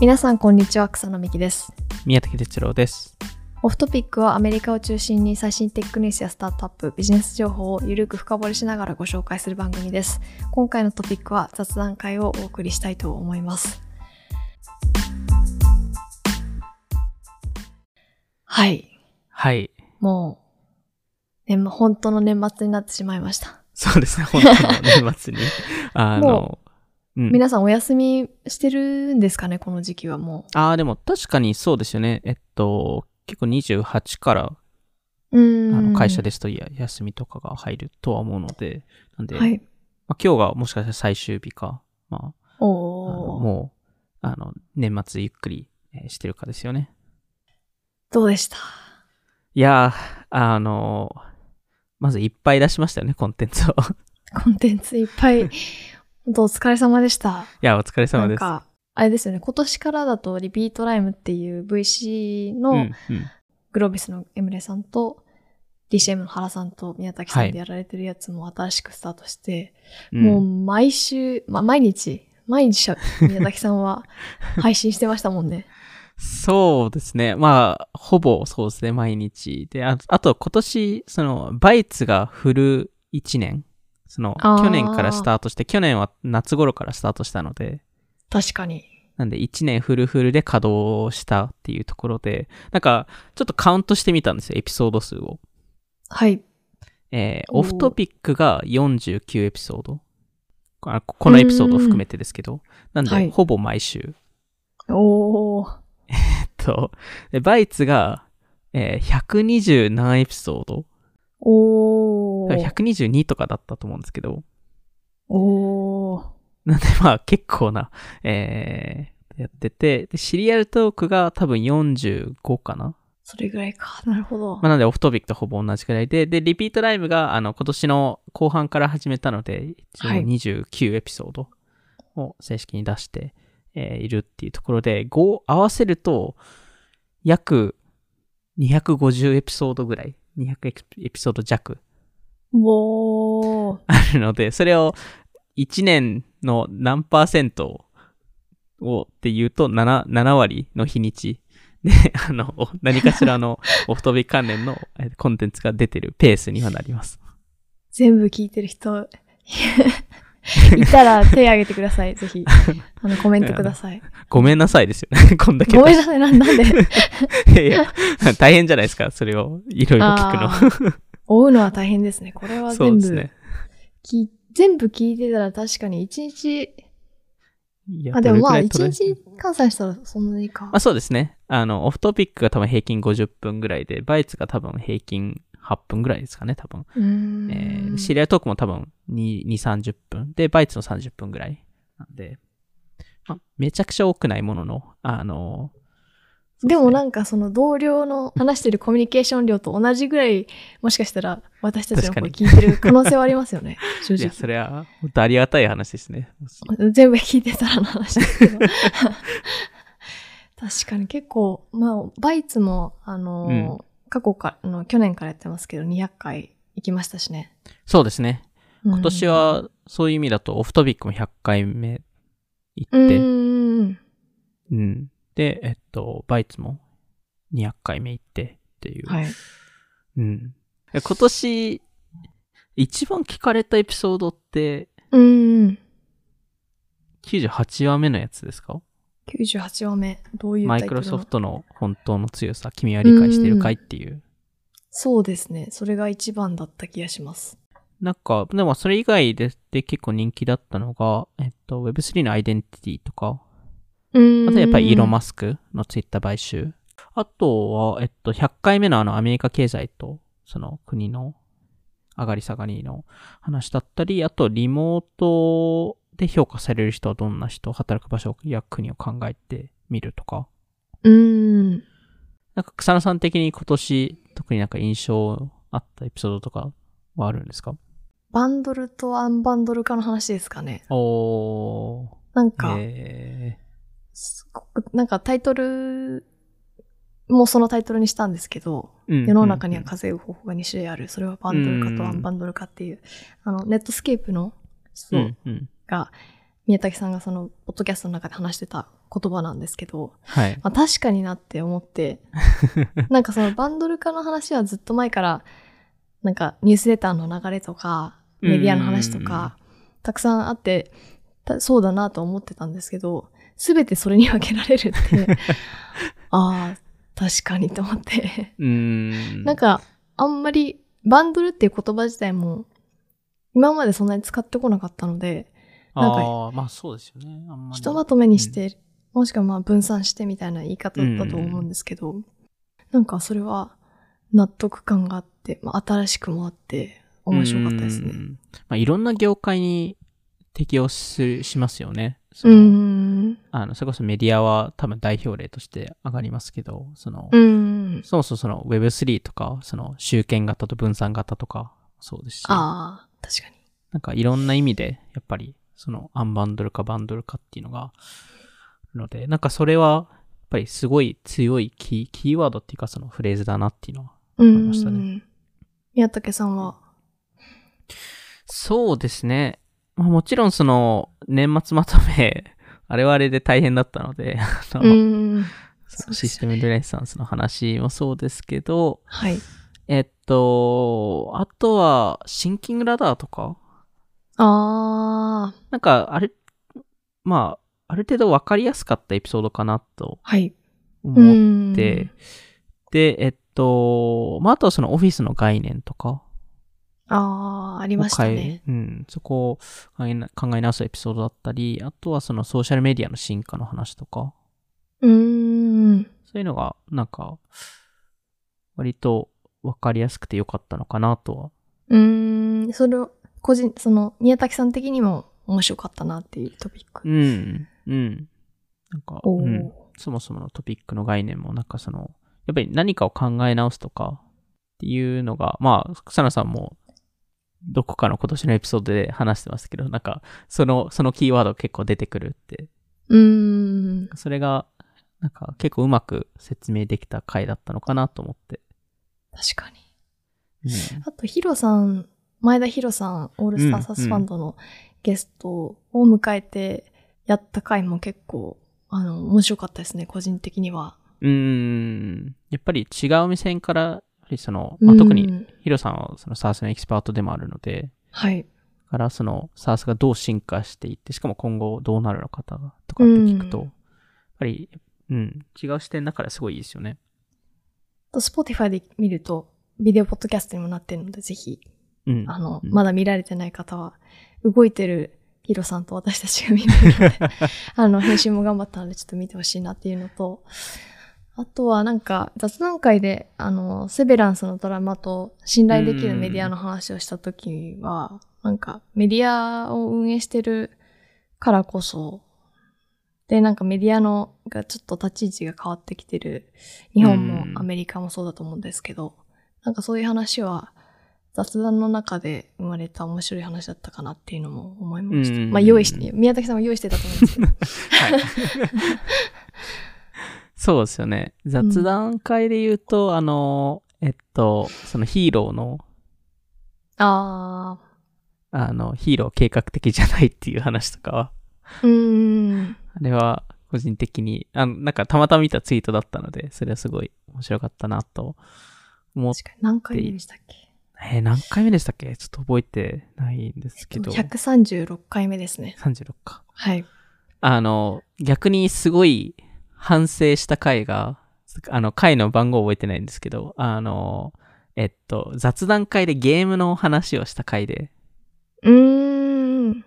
皆さんこんにちは草野美希です宮崎哲郎です。オフトピックはアメリカを中心に最新テックニュースやスタートアップビジネス情報をゆるく深掘りしながらご紹介する番組です今回のトピックは雑談会をお送りしたいと思いますはいはい。もう年末本当の年末になってしまいました そうですね、本当の年末に。あのも、うん。皆さんお休みしてるんですかねこの時期はもああ、でも確かにそうですよね。えっと、結構28からううあーんの会社ですとや休みとかが入るとは思うので、なんで、はいまあ、今日がもしかしたら最終日か、まあ、あのおーもう、あの、年末ゆっくりえーしてるかですよね。どうでしたいやー、あの、まずいっぱい出しましたよね、コンテンツを。 いコンテンツいっぱ い、本当お疲れ様でした。や、お疲れ様なでんす。か、あれですよね、今年からだとリピートライムっていう VC うのん、うん。グロービスのエムレさんと、DCM の原さんと宮崎さはんいでやられてるやつも新しくスタートして、うんもう毎週、ま、毎日、毎日しゃ宮崎さん は配信してましたもんね。そうですね。まあ、ほぼそうですね、毎日。で、ああと今年、その、バイツがフル1年。その、あー去年からスタートして、去年は夏頃からスタートしたので、確かに。なんで1年フルフルで稼働したっていうところで、なんか、ちょっとカウントしてみたんですよ、エピソード数を。はい。えーおーオフトピックが49エピソード。あここのエピソードを含めてですけど、なんで、はいほぼ毎週。おー。えっと、でバイツが、えー120何エピソードおー。 122とかだったと思うんですけど、おー。なんでまあ結構な、えーやってて、で、シリアルトークが多分45かな。それぐらいか。なるほど。まあなんでオフトピックとほぼ同じくらいで、で、リピートライブがあの今年の後半から始めたので、一応はい29エピソードを正式に出して、えーいるっていうところで、5合わせると約250エピソードぐらい、200エピエピソード弱おー。あるので、それを1年の何パーセントをっていうと7、7割の日にちで、 あの、お何かしら のオフトビ関連のえコンテンツが出てるペースにはなります。全部聞いてる人、 いたら手挙げてください、ぜ ひ。あの、コメントください。ごめんなさいですよね。 こんだけ。ごめんなさい、な なんでいやいや、大変じゃないですか。それをいろいろあ聞く追うのは大変ですね。これはの。そう全です部、ね。き全部聞いてたら確かに1日、いやあ、でもまあどれくら1い取れ日換算したらそんなにいいかまあ。そうですね。あの、オフトピックが多分平均50分ぐらいで、バイツが多分平均8分ぐらいですかね、多分。うーん。えーシリアルトークも多分2、2 30分。で、バイツの30分ぐらい。なんで、まあ、めちゃくちゃ多くないものの、あのでもなか、んかその同僚の話してるコミュニケーション量と同じぐらい、もしかしたら私たちの声確聞いてる可能性はありますよ ね。正い直や、。それは、本当ありがたい話ですね。全部聞いてたらの話ですけど。確かに結構、まあ、バイツも、あのー、うん過去からあの、去年からやってますけど、200回行きましたしね。そうですね。うん今年、は、そういう意味だと、オフトピックも100回目行うって、うんーん。で、えっと、バイツも200回目行ってっていう。はい。うん。今年、一番聞かれたエピソードって、うーん。 98話目のやつですか98話目。どういうタマイイトルクのロソフトの本当の強さ、君は理解してるかいっていう。そうですね。それが一番だった気がします。なんか、でもそれ以外でで結構人気だったのが、えっと、Web3 のアイデンティティとか、うーん。あとやっぱりイーロン・マススクのツイッター買収。あとは、えっと、100回目のあのアメリカ経済と、その国の上がり下がりの話だったり、あとリモートで評価される人はどんな人、働く場所や国を考えてみるとか。うーん。なんか草野さん的に今年、特になんか印象あったエピソードとかはあるんですかバンドルとアンバンドル化の話ですかね。おー。なんか、えすごく、なんかタイトルもそのタイトルにしたんですけど、ーうん世の中にはうん稼ぐ方法が2種類ある。それはバンドル化とアンバンドル化っていう、あの、ネットスケープのう人んうんが、宮崎さんがその、ポッドキャストの中で話してた言葉なんですけど、はい。まあ、確かになって思って なんかそのバンドル化の話はずっと前からなんかニュースレターの流れとかメディアの話とかたくさんあってたそうだなと思ってたんですけど全てそれに分けられるって ああ確かにと思ってうーん。なんかあんまりバンドルっていう言葉自体も今までそんなに使ってこなかったのでなんかああ、まあそうですよね。あんまり。ひとまとめにして、もしくはまあ分散してみたいな言い方だったと思うんですけど、なんかそれは納得感があって、まあ、新しくもあって面白かったですうね。んまあ、いろんな業界に適用ししますよね。そうのん。あのそれこそメディアは多分代表例として上がりますけど、その、うん。そもそもその Web3 とか、その集権型と分散型とか、そうですし、なああ、確かに。んかいろんな意味で、やっぱり、そのアンバンドルかバンドルかっていうのが、ので、なんかそれは、やっぱりすごい強いキー、キーワードっていうかそのフレーズだなっていうのはうん。いましたね宮武さんは、そうですね。まあ、もちろんその、年末まとめ、 あれはあれで大変だったので、あのうん。そうですよねシステムルネサンスの話もそうですけど、はい。えっと、あとは、シンキングラダーとかああ、なんか、あれ、まあ、ある程度分かりやすかったエピソードかなとはい。思って、で、えっと、まあ、あとはそのオフィスの概念とか、うん、ああ、ありましたね。うん、そこを考えな考え直すエピソードだったり、あとはそのソーシャルメディアの進化の話とか、うん。そういうのが、なんか、割と分かりやすくてよかったのかなとは。うーん、それを、個人、その、宮崎さん的にも面白かったなっていうトピック。うん、うん。なんか、おーうん、そもそものトピックの概念も、なんかその、やっぱり何かを考え直すとかっていうのが、まあ、草野さんも、どこかの今年のエピソードで話してますけど、なんか、その、そのキーワード結構出てくるってうーん。それが、なんか結構うまく説明できた回だったのかなと思って。確かに。うんあと、ヒロさん、前田ヒロさん、オールスターサスファンドのゲストを迎えてやった回も結構、あの、面白かったですね、個人的には。うーん。やっぱり違う目線から、やっぱりその、まあ、うん特に。ヒロさんはその SARS のエキスパートでもあるので、はい。だからその SARS がどう進化していって、しかも今後どうなるのかとかって聞くと、うんやっぱり、うん、違う視点だからすごいいいですよね。と、スポティファイで見ると、ビデオポッドキャストにもなってるので、ぜひ、うん。 あの、うんまだ見られてない方は、動いてるヒロさんと私たちが見られるので、 あの、編集も頑張ったので、ちょっと見てほしいなっていうのと、あとはなんか、雑談会で、あの、セベランスのドラマと信頼できるメディアの話をした時は、なんか、メディアを運営してるからこそ、で、なんかメディアのがちょっと立ち位置が変わってきてる、日本うんもアメリカもそうだと思うんですけど、なんかそういう話は雑談の中で生まれた面白い話だったかなっていうのも思いました。うんまあ用意し、宮崎さんも用意してたと思うんですけど。はい。そうですよね。雑談会で言うと、あの、えっと、そのヒーローの、 ああの、ヒーロー計画的じゃないっていう話とかは、ー、うーん。あれは個人的に、あのなんかたまたま見たツイートだったので、それはすごい面白かったなと思っ確かに何回目でしたっけえー何回目でしたっけちょっと覚えてないんですけど、 ?136 回目ですね。 36か。はい。あの、逆にすごい反省した回が、あの、回の番号覚えてないんですけど、あの、えっと、雑談会でゲームの話をした回で、うーん。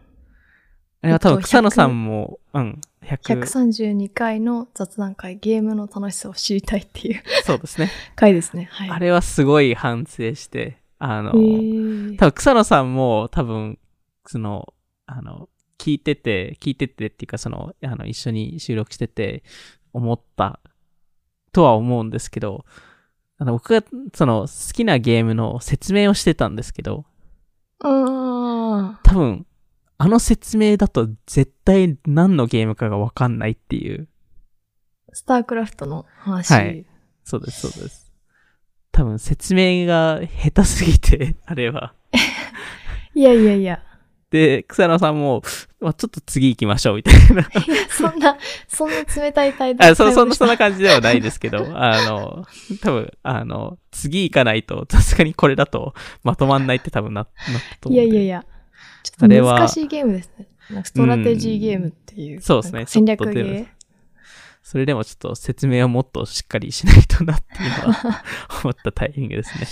あれは多えっ分と草野さんも、うん、100、 132回の雑談会、ゲームの楽しさを知りたいっていうそうですね。回ですね。はい。あれはすごい反省して、あのえ、ー多分草野さんも多分、その、あの、聞いてて、聞いててっていうか、その、あの、一緒に収録してて、思ったとは思うんですけど、あの、僕が、その、好きなゲームの説明をしてたんですけど、あ多分、あの説明だと絶対何のゲームかがわかんないっていう。ースタークラフトの話。はいそうです、そうです。多分、説明が下手すぎて、あれは。いやいやいや。で、草野さんも、まあ、ちょっと次行きましょう、みたいな。いやそんな、そんな冷たい態度。あそそんな、そんな。な感じではないです けど、あの、多分あの、次行かないと、 さすがにこれだと、まとまんないって多分な、なったとい思うやんいで。やいや。ちょあっれとは難しいゲームですね。なんかストラテジーゲームっていう。んそうですねなんか戦略ちょっと出ゲるそれでもちょっと説明をもっとしっかりしないとなって今 思ったタイミングですね。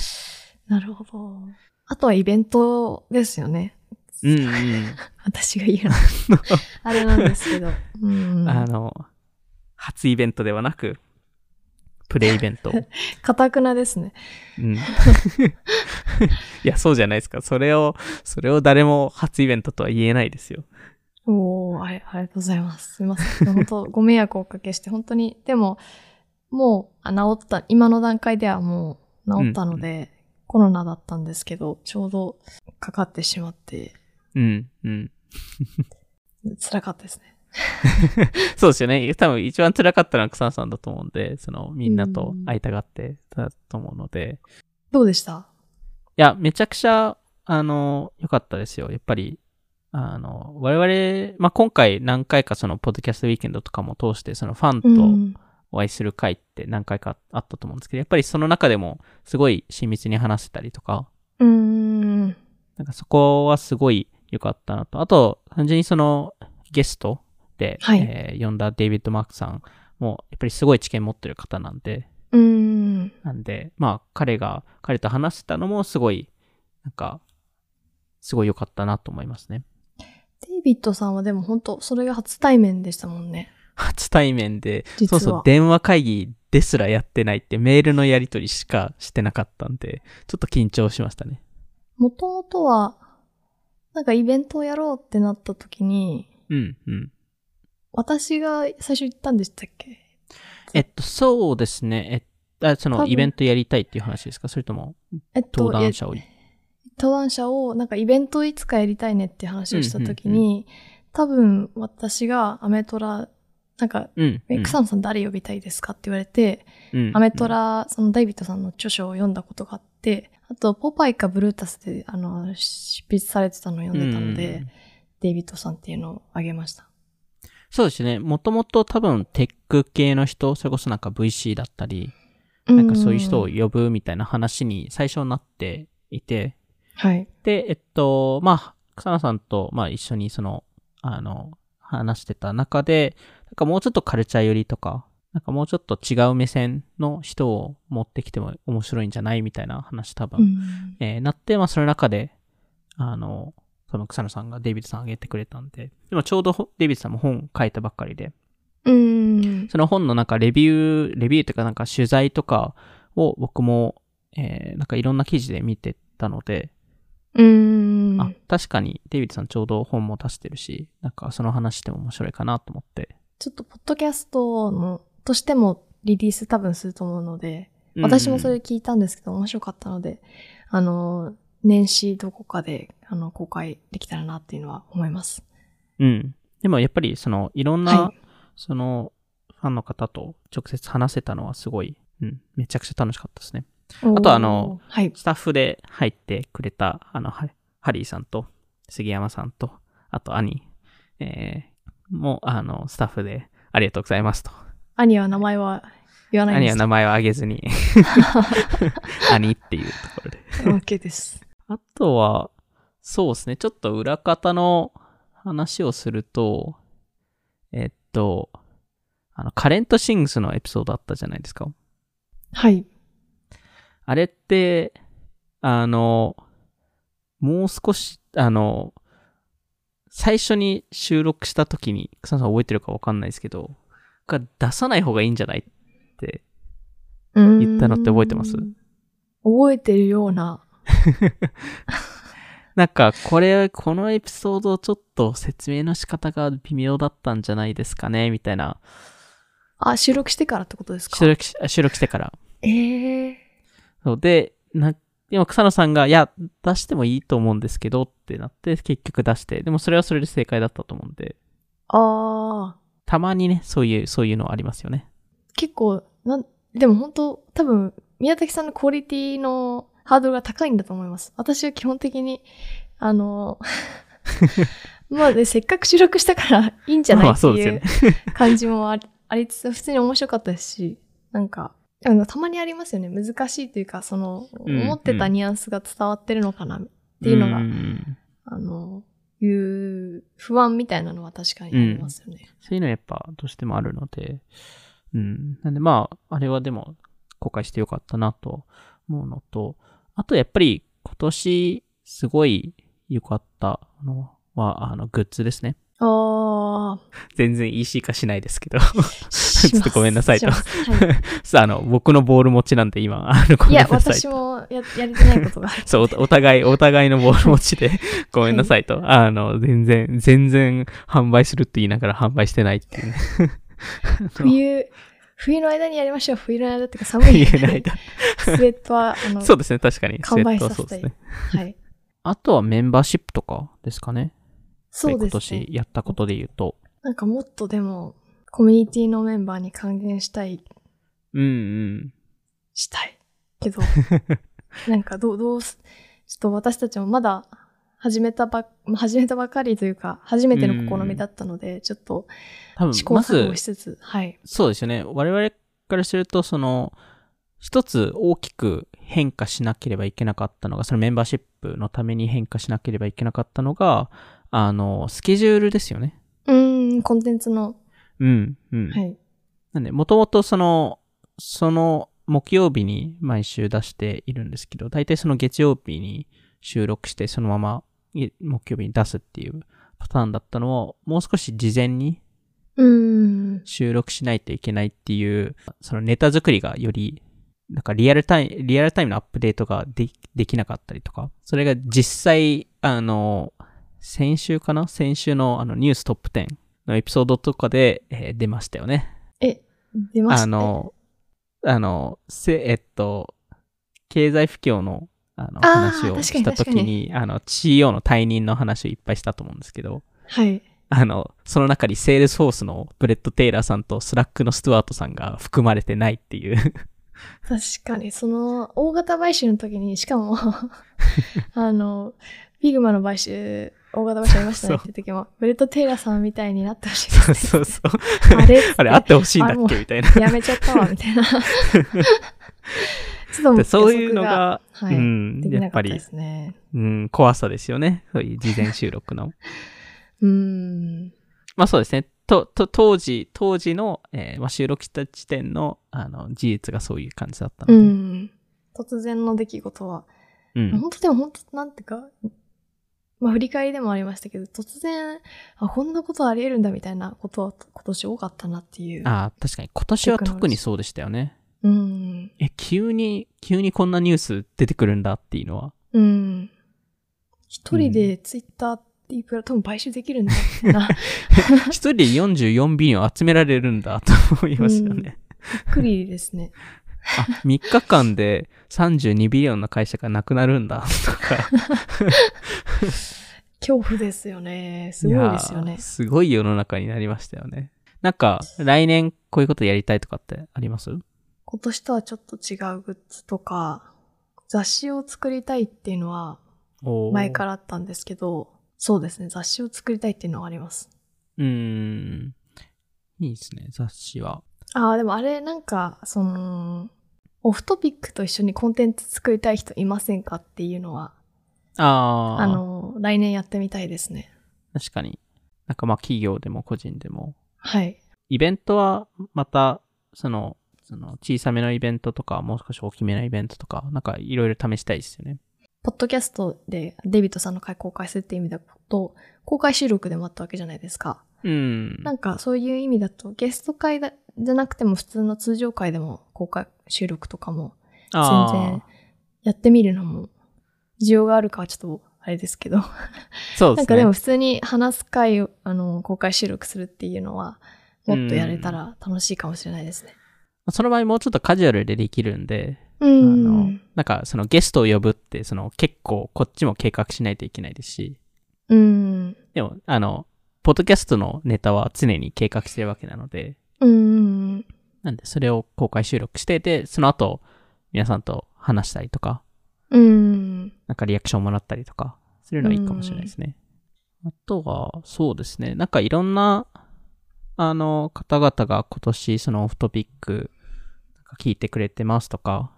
ー。なるほど。あとはイベントですよね。うんうん。私が言うの。 あれなんですけど。うん。あの、初イベントではなく、プレイイベ ント。うかたくなですね。ん。いや、そうじゃないですか。それを、それを誰も初イベントとは言えないですよ。おおあれ、ありがとうございます。すいません。本当、ご迷惑をおかけして、本当に、でも、もう、あ治った、今の段階ではもう治ったので、コロナだったんですけど、ちょうどかかってしまって、うん、うん。辛かったですね。そうですよね。多分一番辛かったのは草野さんだと思うんで、その、みんなと会いたがってたと思うので、どうでしたいや、めちゃくちゃ、あの、良かったですよ。やっぱり、あの、我々、まあ、今回何回かその、ポッドキャストウィーケンドとかも通して、その、ファンとん、お会いする会って何回かあったと思うんですけど、やっぱりその中でも、すごい親密に話せたりとか、うーん。なんかそこはすごい良かったなと。あと、単純にその、ゲストで、はいえー呼んだデイビッド・マークさんも、やっぱりすごい知見持ってる方なんで、うーん。なんで、まあ、彼が、彼と話せたのもすごい、なんか、すごい良かったなと思いますね。デイビッドさんはでも本当、それが初対面でしたもんね。初対面で、実そはうそう、電話会議ですらやってないって、メールのやり取りしかしてなかったんで、ちょっと緊張しましたね。もともとは、なんかイベントをやろうってなった時に、うん、うん。私が最初行ったんでしたっけえっと、そうですね。えあそ多の、分イベントやりたいっていう話ですかそれとも、えっと、登壇者を。登壇者をなんかイベントいつかやりたいねって話をした時に、多分私がアメトラなんか、うん。えうん草野さん誰呼びたいですかって言われて、うんアメトラ、そのデイビッドさんの著書を読んだことがあって、あと、ポパイかブルータスで、あの、執筆されてたのを読んでたので、うんデイビッドさんっていうのをあげました。そうですね。もともと多分、テック系の人、それこそなんか VC だったり、ななんかそういう人を呼ぶみたいな話に最初なっていて、はい。で、えっと、まあ、草野さんと、まあ一緒にその、あの、話してた中で、なんかもうちょっとカルチャー寄りとか、なんかもうちょっと違う目線の人を持ってきても面白いんじゃないみたいな話多分、うんえーなって、まあその中で、あの、その草野さんがデイビッドさんあげてくれたんで、でもちょうどほデイビッドさんも本書いたばっかりで、うん。その本のなんかレビュー、レビューというかなんか取材とかを僕も、えーなんかいろんな記事で見てたので、うん。あ、確かにデイビッドさんちょうど本も出してるし、なんかその話しても面白いかなと思って。ちょっと、ポッドキャストの、としてもリリース多分すると思うので、私もそれ聞いたんですけど、面白かったので、あの、年始どこかで、あの、公開できたらなっていうのは思います。うん。うん。でもやっぱりそのいろんな、はそのファンの方と直接話せたのはすごい、うん、めちゃくちゃ楽しかったですね。あとあのおー、はい。スタッフで入ってくれた、あの、ハハリーさんと、杉山さんと、あと、兄、えー、も、あの、スタッフで、ありがとうございますと。兄は名前は言わないん兄ではすか名前を挙げず に、兄っていうところで。 OK です。あとは、そうですね、ちょっと裏方の話をすると、えっと、あの、カレントシングスのエピソードあったじゃないですか。はい。あれって、あの、もう少し、あの、最初に収録した時に、草野さん覚えてるかわかんないですけど、が出さない方がいいんじゃないって。言言ったのって覚えてます覚えてるような。なんか、これ、このエピソードちょっと説明の仕方が微妙だったんじゃないですかね、みたいな。あ、収録してからってことです収か録し、収録してから。ええそうで、な、でも草野さんが、いや、出してもいいと思うんですけどってなって、結局出して、でもそれはそれで正解だったと思うんで。ああ、たまにね、そういう、そういうのありますよね。結構、なん、でも本当多分、宮崎さんのクオリテ ィのハードルが高いんだと思います。私は基本的に、あの、まあで、せっかく収録したからいいんじゃないまあって そうですいようね。感じもありありつつ、普通に面白かったし、なんか、あのたまにありますよね。難しいというか、その、うん思ってたニュアンスが伝わってるのかな、っていうのがんあの、いう不安みたいなのは確かにありますよね。そういうのはやっぱどうしてもあるので、うん。なんでまあ、あれはでも公開してよかったなと思うのと、あとやっぱり今年すごい良かったのは、あの、グッズですね。あ全然 EC 化しないですけど。あ、ち ちょっと ごめんなさいとはさあ、あの、僕のボール持ちなんで今、あの、ごい、いめんやな、さい私と。もややれてないことがある。そう、おお互い、お互いのボール持ちで、ごめんなさいと。あの、全然、全然販売するって言いながら販売してないっていうね。冬、冬の間にやりましょう。冬の間っていうか寒い言えないと。スウェットは、あの、そうですね、確かに。完売スウェッさトはそせうでたすい。ね。はい。あとはメンバーシップとかですかね。そうで今すね年。やったことで言うと。なんかもっとでも、コミュニティのメンバーに還元したい、うんうん。したい。け ど、なんかどう、どうす、ちょっと私たちもまだ始めたば、始めたばかりというか、初めての試みだったので、ちょっと、多分試、行ま錯ず誤し、つつ、はい。そうですよね。我々からすると、その、一つ大きく変化しなければいけなかったのが、そのメンバーシップのために変化しなければいけなかったのが、あの、スケジュールですよね。うーん、コンテンツの、うん、うん。はい。なんで、もともとその、その木曜日に毎週出しているんですけど、大体その月曜日に収録して、そのままい木曜日に出すっていうパターンだったのを、もう少し事前にうーん、収録しないといけないっていう、そのネタ作りがより、なんかリアルタイム、リアルタイムのアップデートがでできなかったりとか、それが実際、あの、先週かな先週のあのニューストップ10のエピソードとかで、えー出ましたよね。出ました、あの、あの、せ、えっと、経済不況の、あの、あー話確をかしにたとき確かに、あの、CEO の退任の話をいっぱいしたと思うんですけど、はい。あの、その中にセールスフォースのブレッド・テイラーさんとスラックのスチュワートさんが含まれてないっていう。確かに、その、大型買収の時に、しか も、あの、フィグマの買収、大型買収ありましたねって時も、ブレッド・テイラーさんみたいになってほしいです、そうね。そうそう。あれ あれ、あってほしいんだあっもうけみたいな。やめちゃったわ、みたい な。ちょっともでそういうのが、予測が、はい、うんで、きやなっかぱったでり、すね。うん、怖さですよね。そういう事前収録の。うーん。まあそうですね。と、と、当時、当時の、えーまあ、収録した時点の、あの、事実がそういう感じだったのうで。ん。突然の出来事は、うん。本当でも本当なんていうか、まあ振り返りでもありましたけど、突然、あ、こんなことあり得るんだみたいなことは今年多かったなっていう。あー確かに今年は特にそうでしたよね。うん。え、急に、急にこんなニュース出てくるんだっていう のは。うん。一人でツイッターっていうプラットフォーム買収できるんだみたいな、一人で44ビリオン集められるんだと思いますよね。びっくりですね。あ、3日間で32ビリオンの会社がなくなるんだとか。恐怖ですよね。すごいですよやねー。すごい世の中になりましたよね。なんか、来年こういうことやりたいとかってあります。今年とはちょっと違うグッズとか、雑誌を作りたいっていうのは前かららあったんですけど、そうですね。雑誌を作りたいっていうのはあります。うーん。いいですね、雑誌は。ああ、でもあれ、なんか、その、オフトピックと一緒にコンテンツ作りたい人いませんかっていうのは、ああーの、来年やってみたいですね。確かに。なんかまあ企業でも個人でも。はい。イベントはまた、その、その小さめのイベントとか、もう少し大きめのイベントとか、なんかいろいろ試したいですよね。ポッドキャストでデビットさんの回公開するって意味だと、公開収録でもあったわけじゃないですか。うん。なんか、そういう意味だと、ゲスト会だじゃなくても普通の通常会でも公開収録とかも、全あー然やってみるのも、需要があるかはちょっと、あれですけど。そうでなんすね。かでも普通に話す会を、あの、公開収録するっていうのは、もっとやれたら楽しいかもしれないですね。その場合もうちょっとカジュアルでできるんで、うあん。の、なんかそのゲストを呼ぶって、その結構こっちも計画しないといけないですし、うん。でも、あの、ポッドキャストのネタは常に計画してるわけなので、うん。なんでそれを公開収録して、で、その後、皆さんと話したりとか、うん。なんかリアクションもらったりとか、するのはいいかもしれないですね。あとは、そうですね。なんかいろんな、あの、方々が今年、そのオフトピック、なんか聞いてくれてますとか、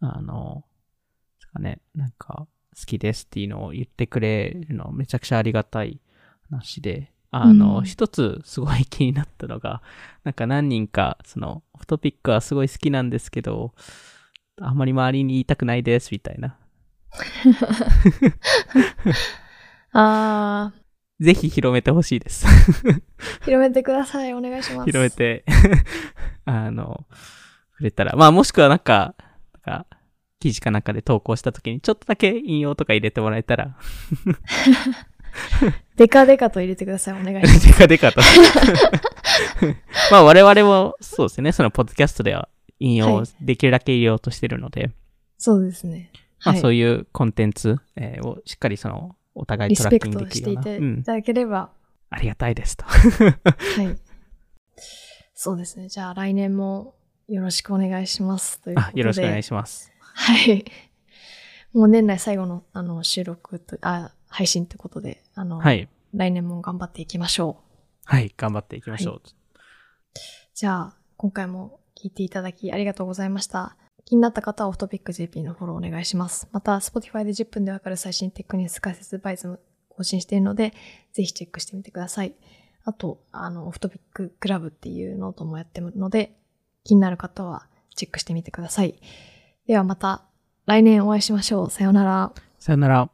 あの、ですかね、なんか、好きですっていうのを言ってくれるの、めちゃくちゃありがたい話で、あの、うん一つすごい気になったのが、なんか何人か、その、オフトピックはすごい好きなんですけど、あんまり周りに言いたくないです、みたいな。あぜひ広めてほしいです。ー、広めてください。お願いします。広めて、 あの、触れたら。まあ、もしくはなんか、なんか、記事かなんかで投稿した時に、ちょっとだけ引用とか入れてもらえたら、デカデカと入れてください。お 願いします。でかでかと。 まあ、我々も、そうですね、その、ポッドキャストでは引用はをいできるだけ入れようとしてるので、そうですね。まあ、はいそういうコンテンツ、えーをしっかりその、お互いリトスラペックキングでトきしるてよいうな。うていん。ただければ、ありがたいですと。はい。そうですね。じゃあ来年もよろしくお願いします。ということあで。よろしくお願いします。はい。もう年内最後のあの収録と、あ、配信ってことで、あの、はい。来年も頑張っていきましょう。はい、頑張っていきましょう。じゃあ、今回も聞いていただきありがとうございました。気になった方はオフトピック JP のフォローお願いします。また、Spotify で10分でわかる最新テックニュース解説バイズも更新しているので、ぜひチェックしてみてください。あと、あの、オフトピッククラブっていうノートもやってるので、気になる方はチェックしてみてください。ではまた来年お会いしましょう。さようなら。さよなら。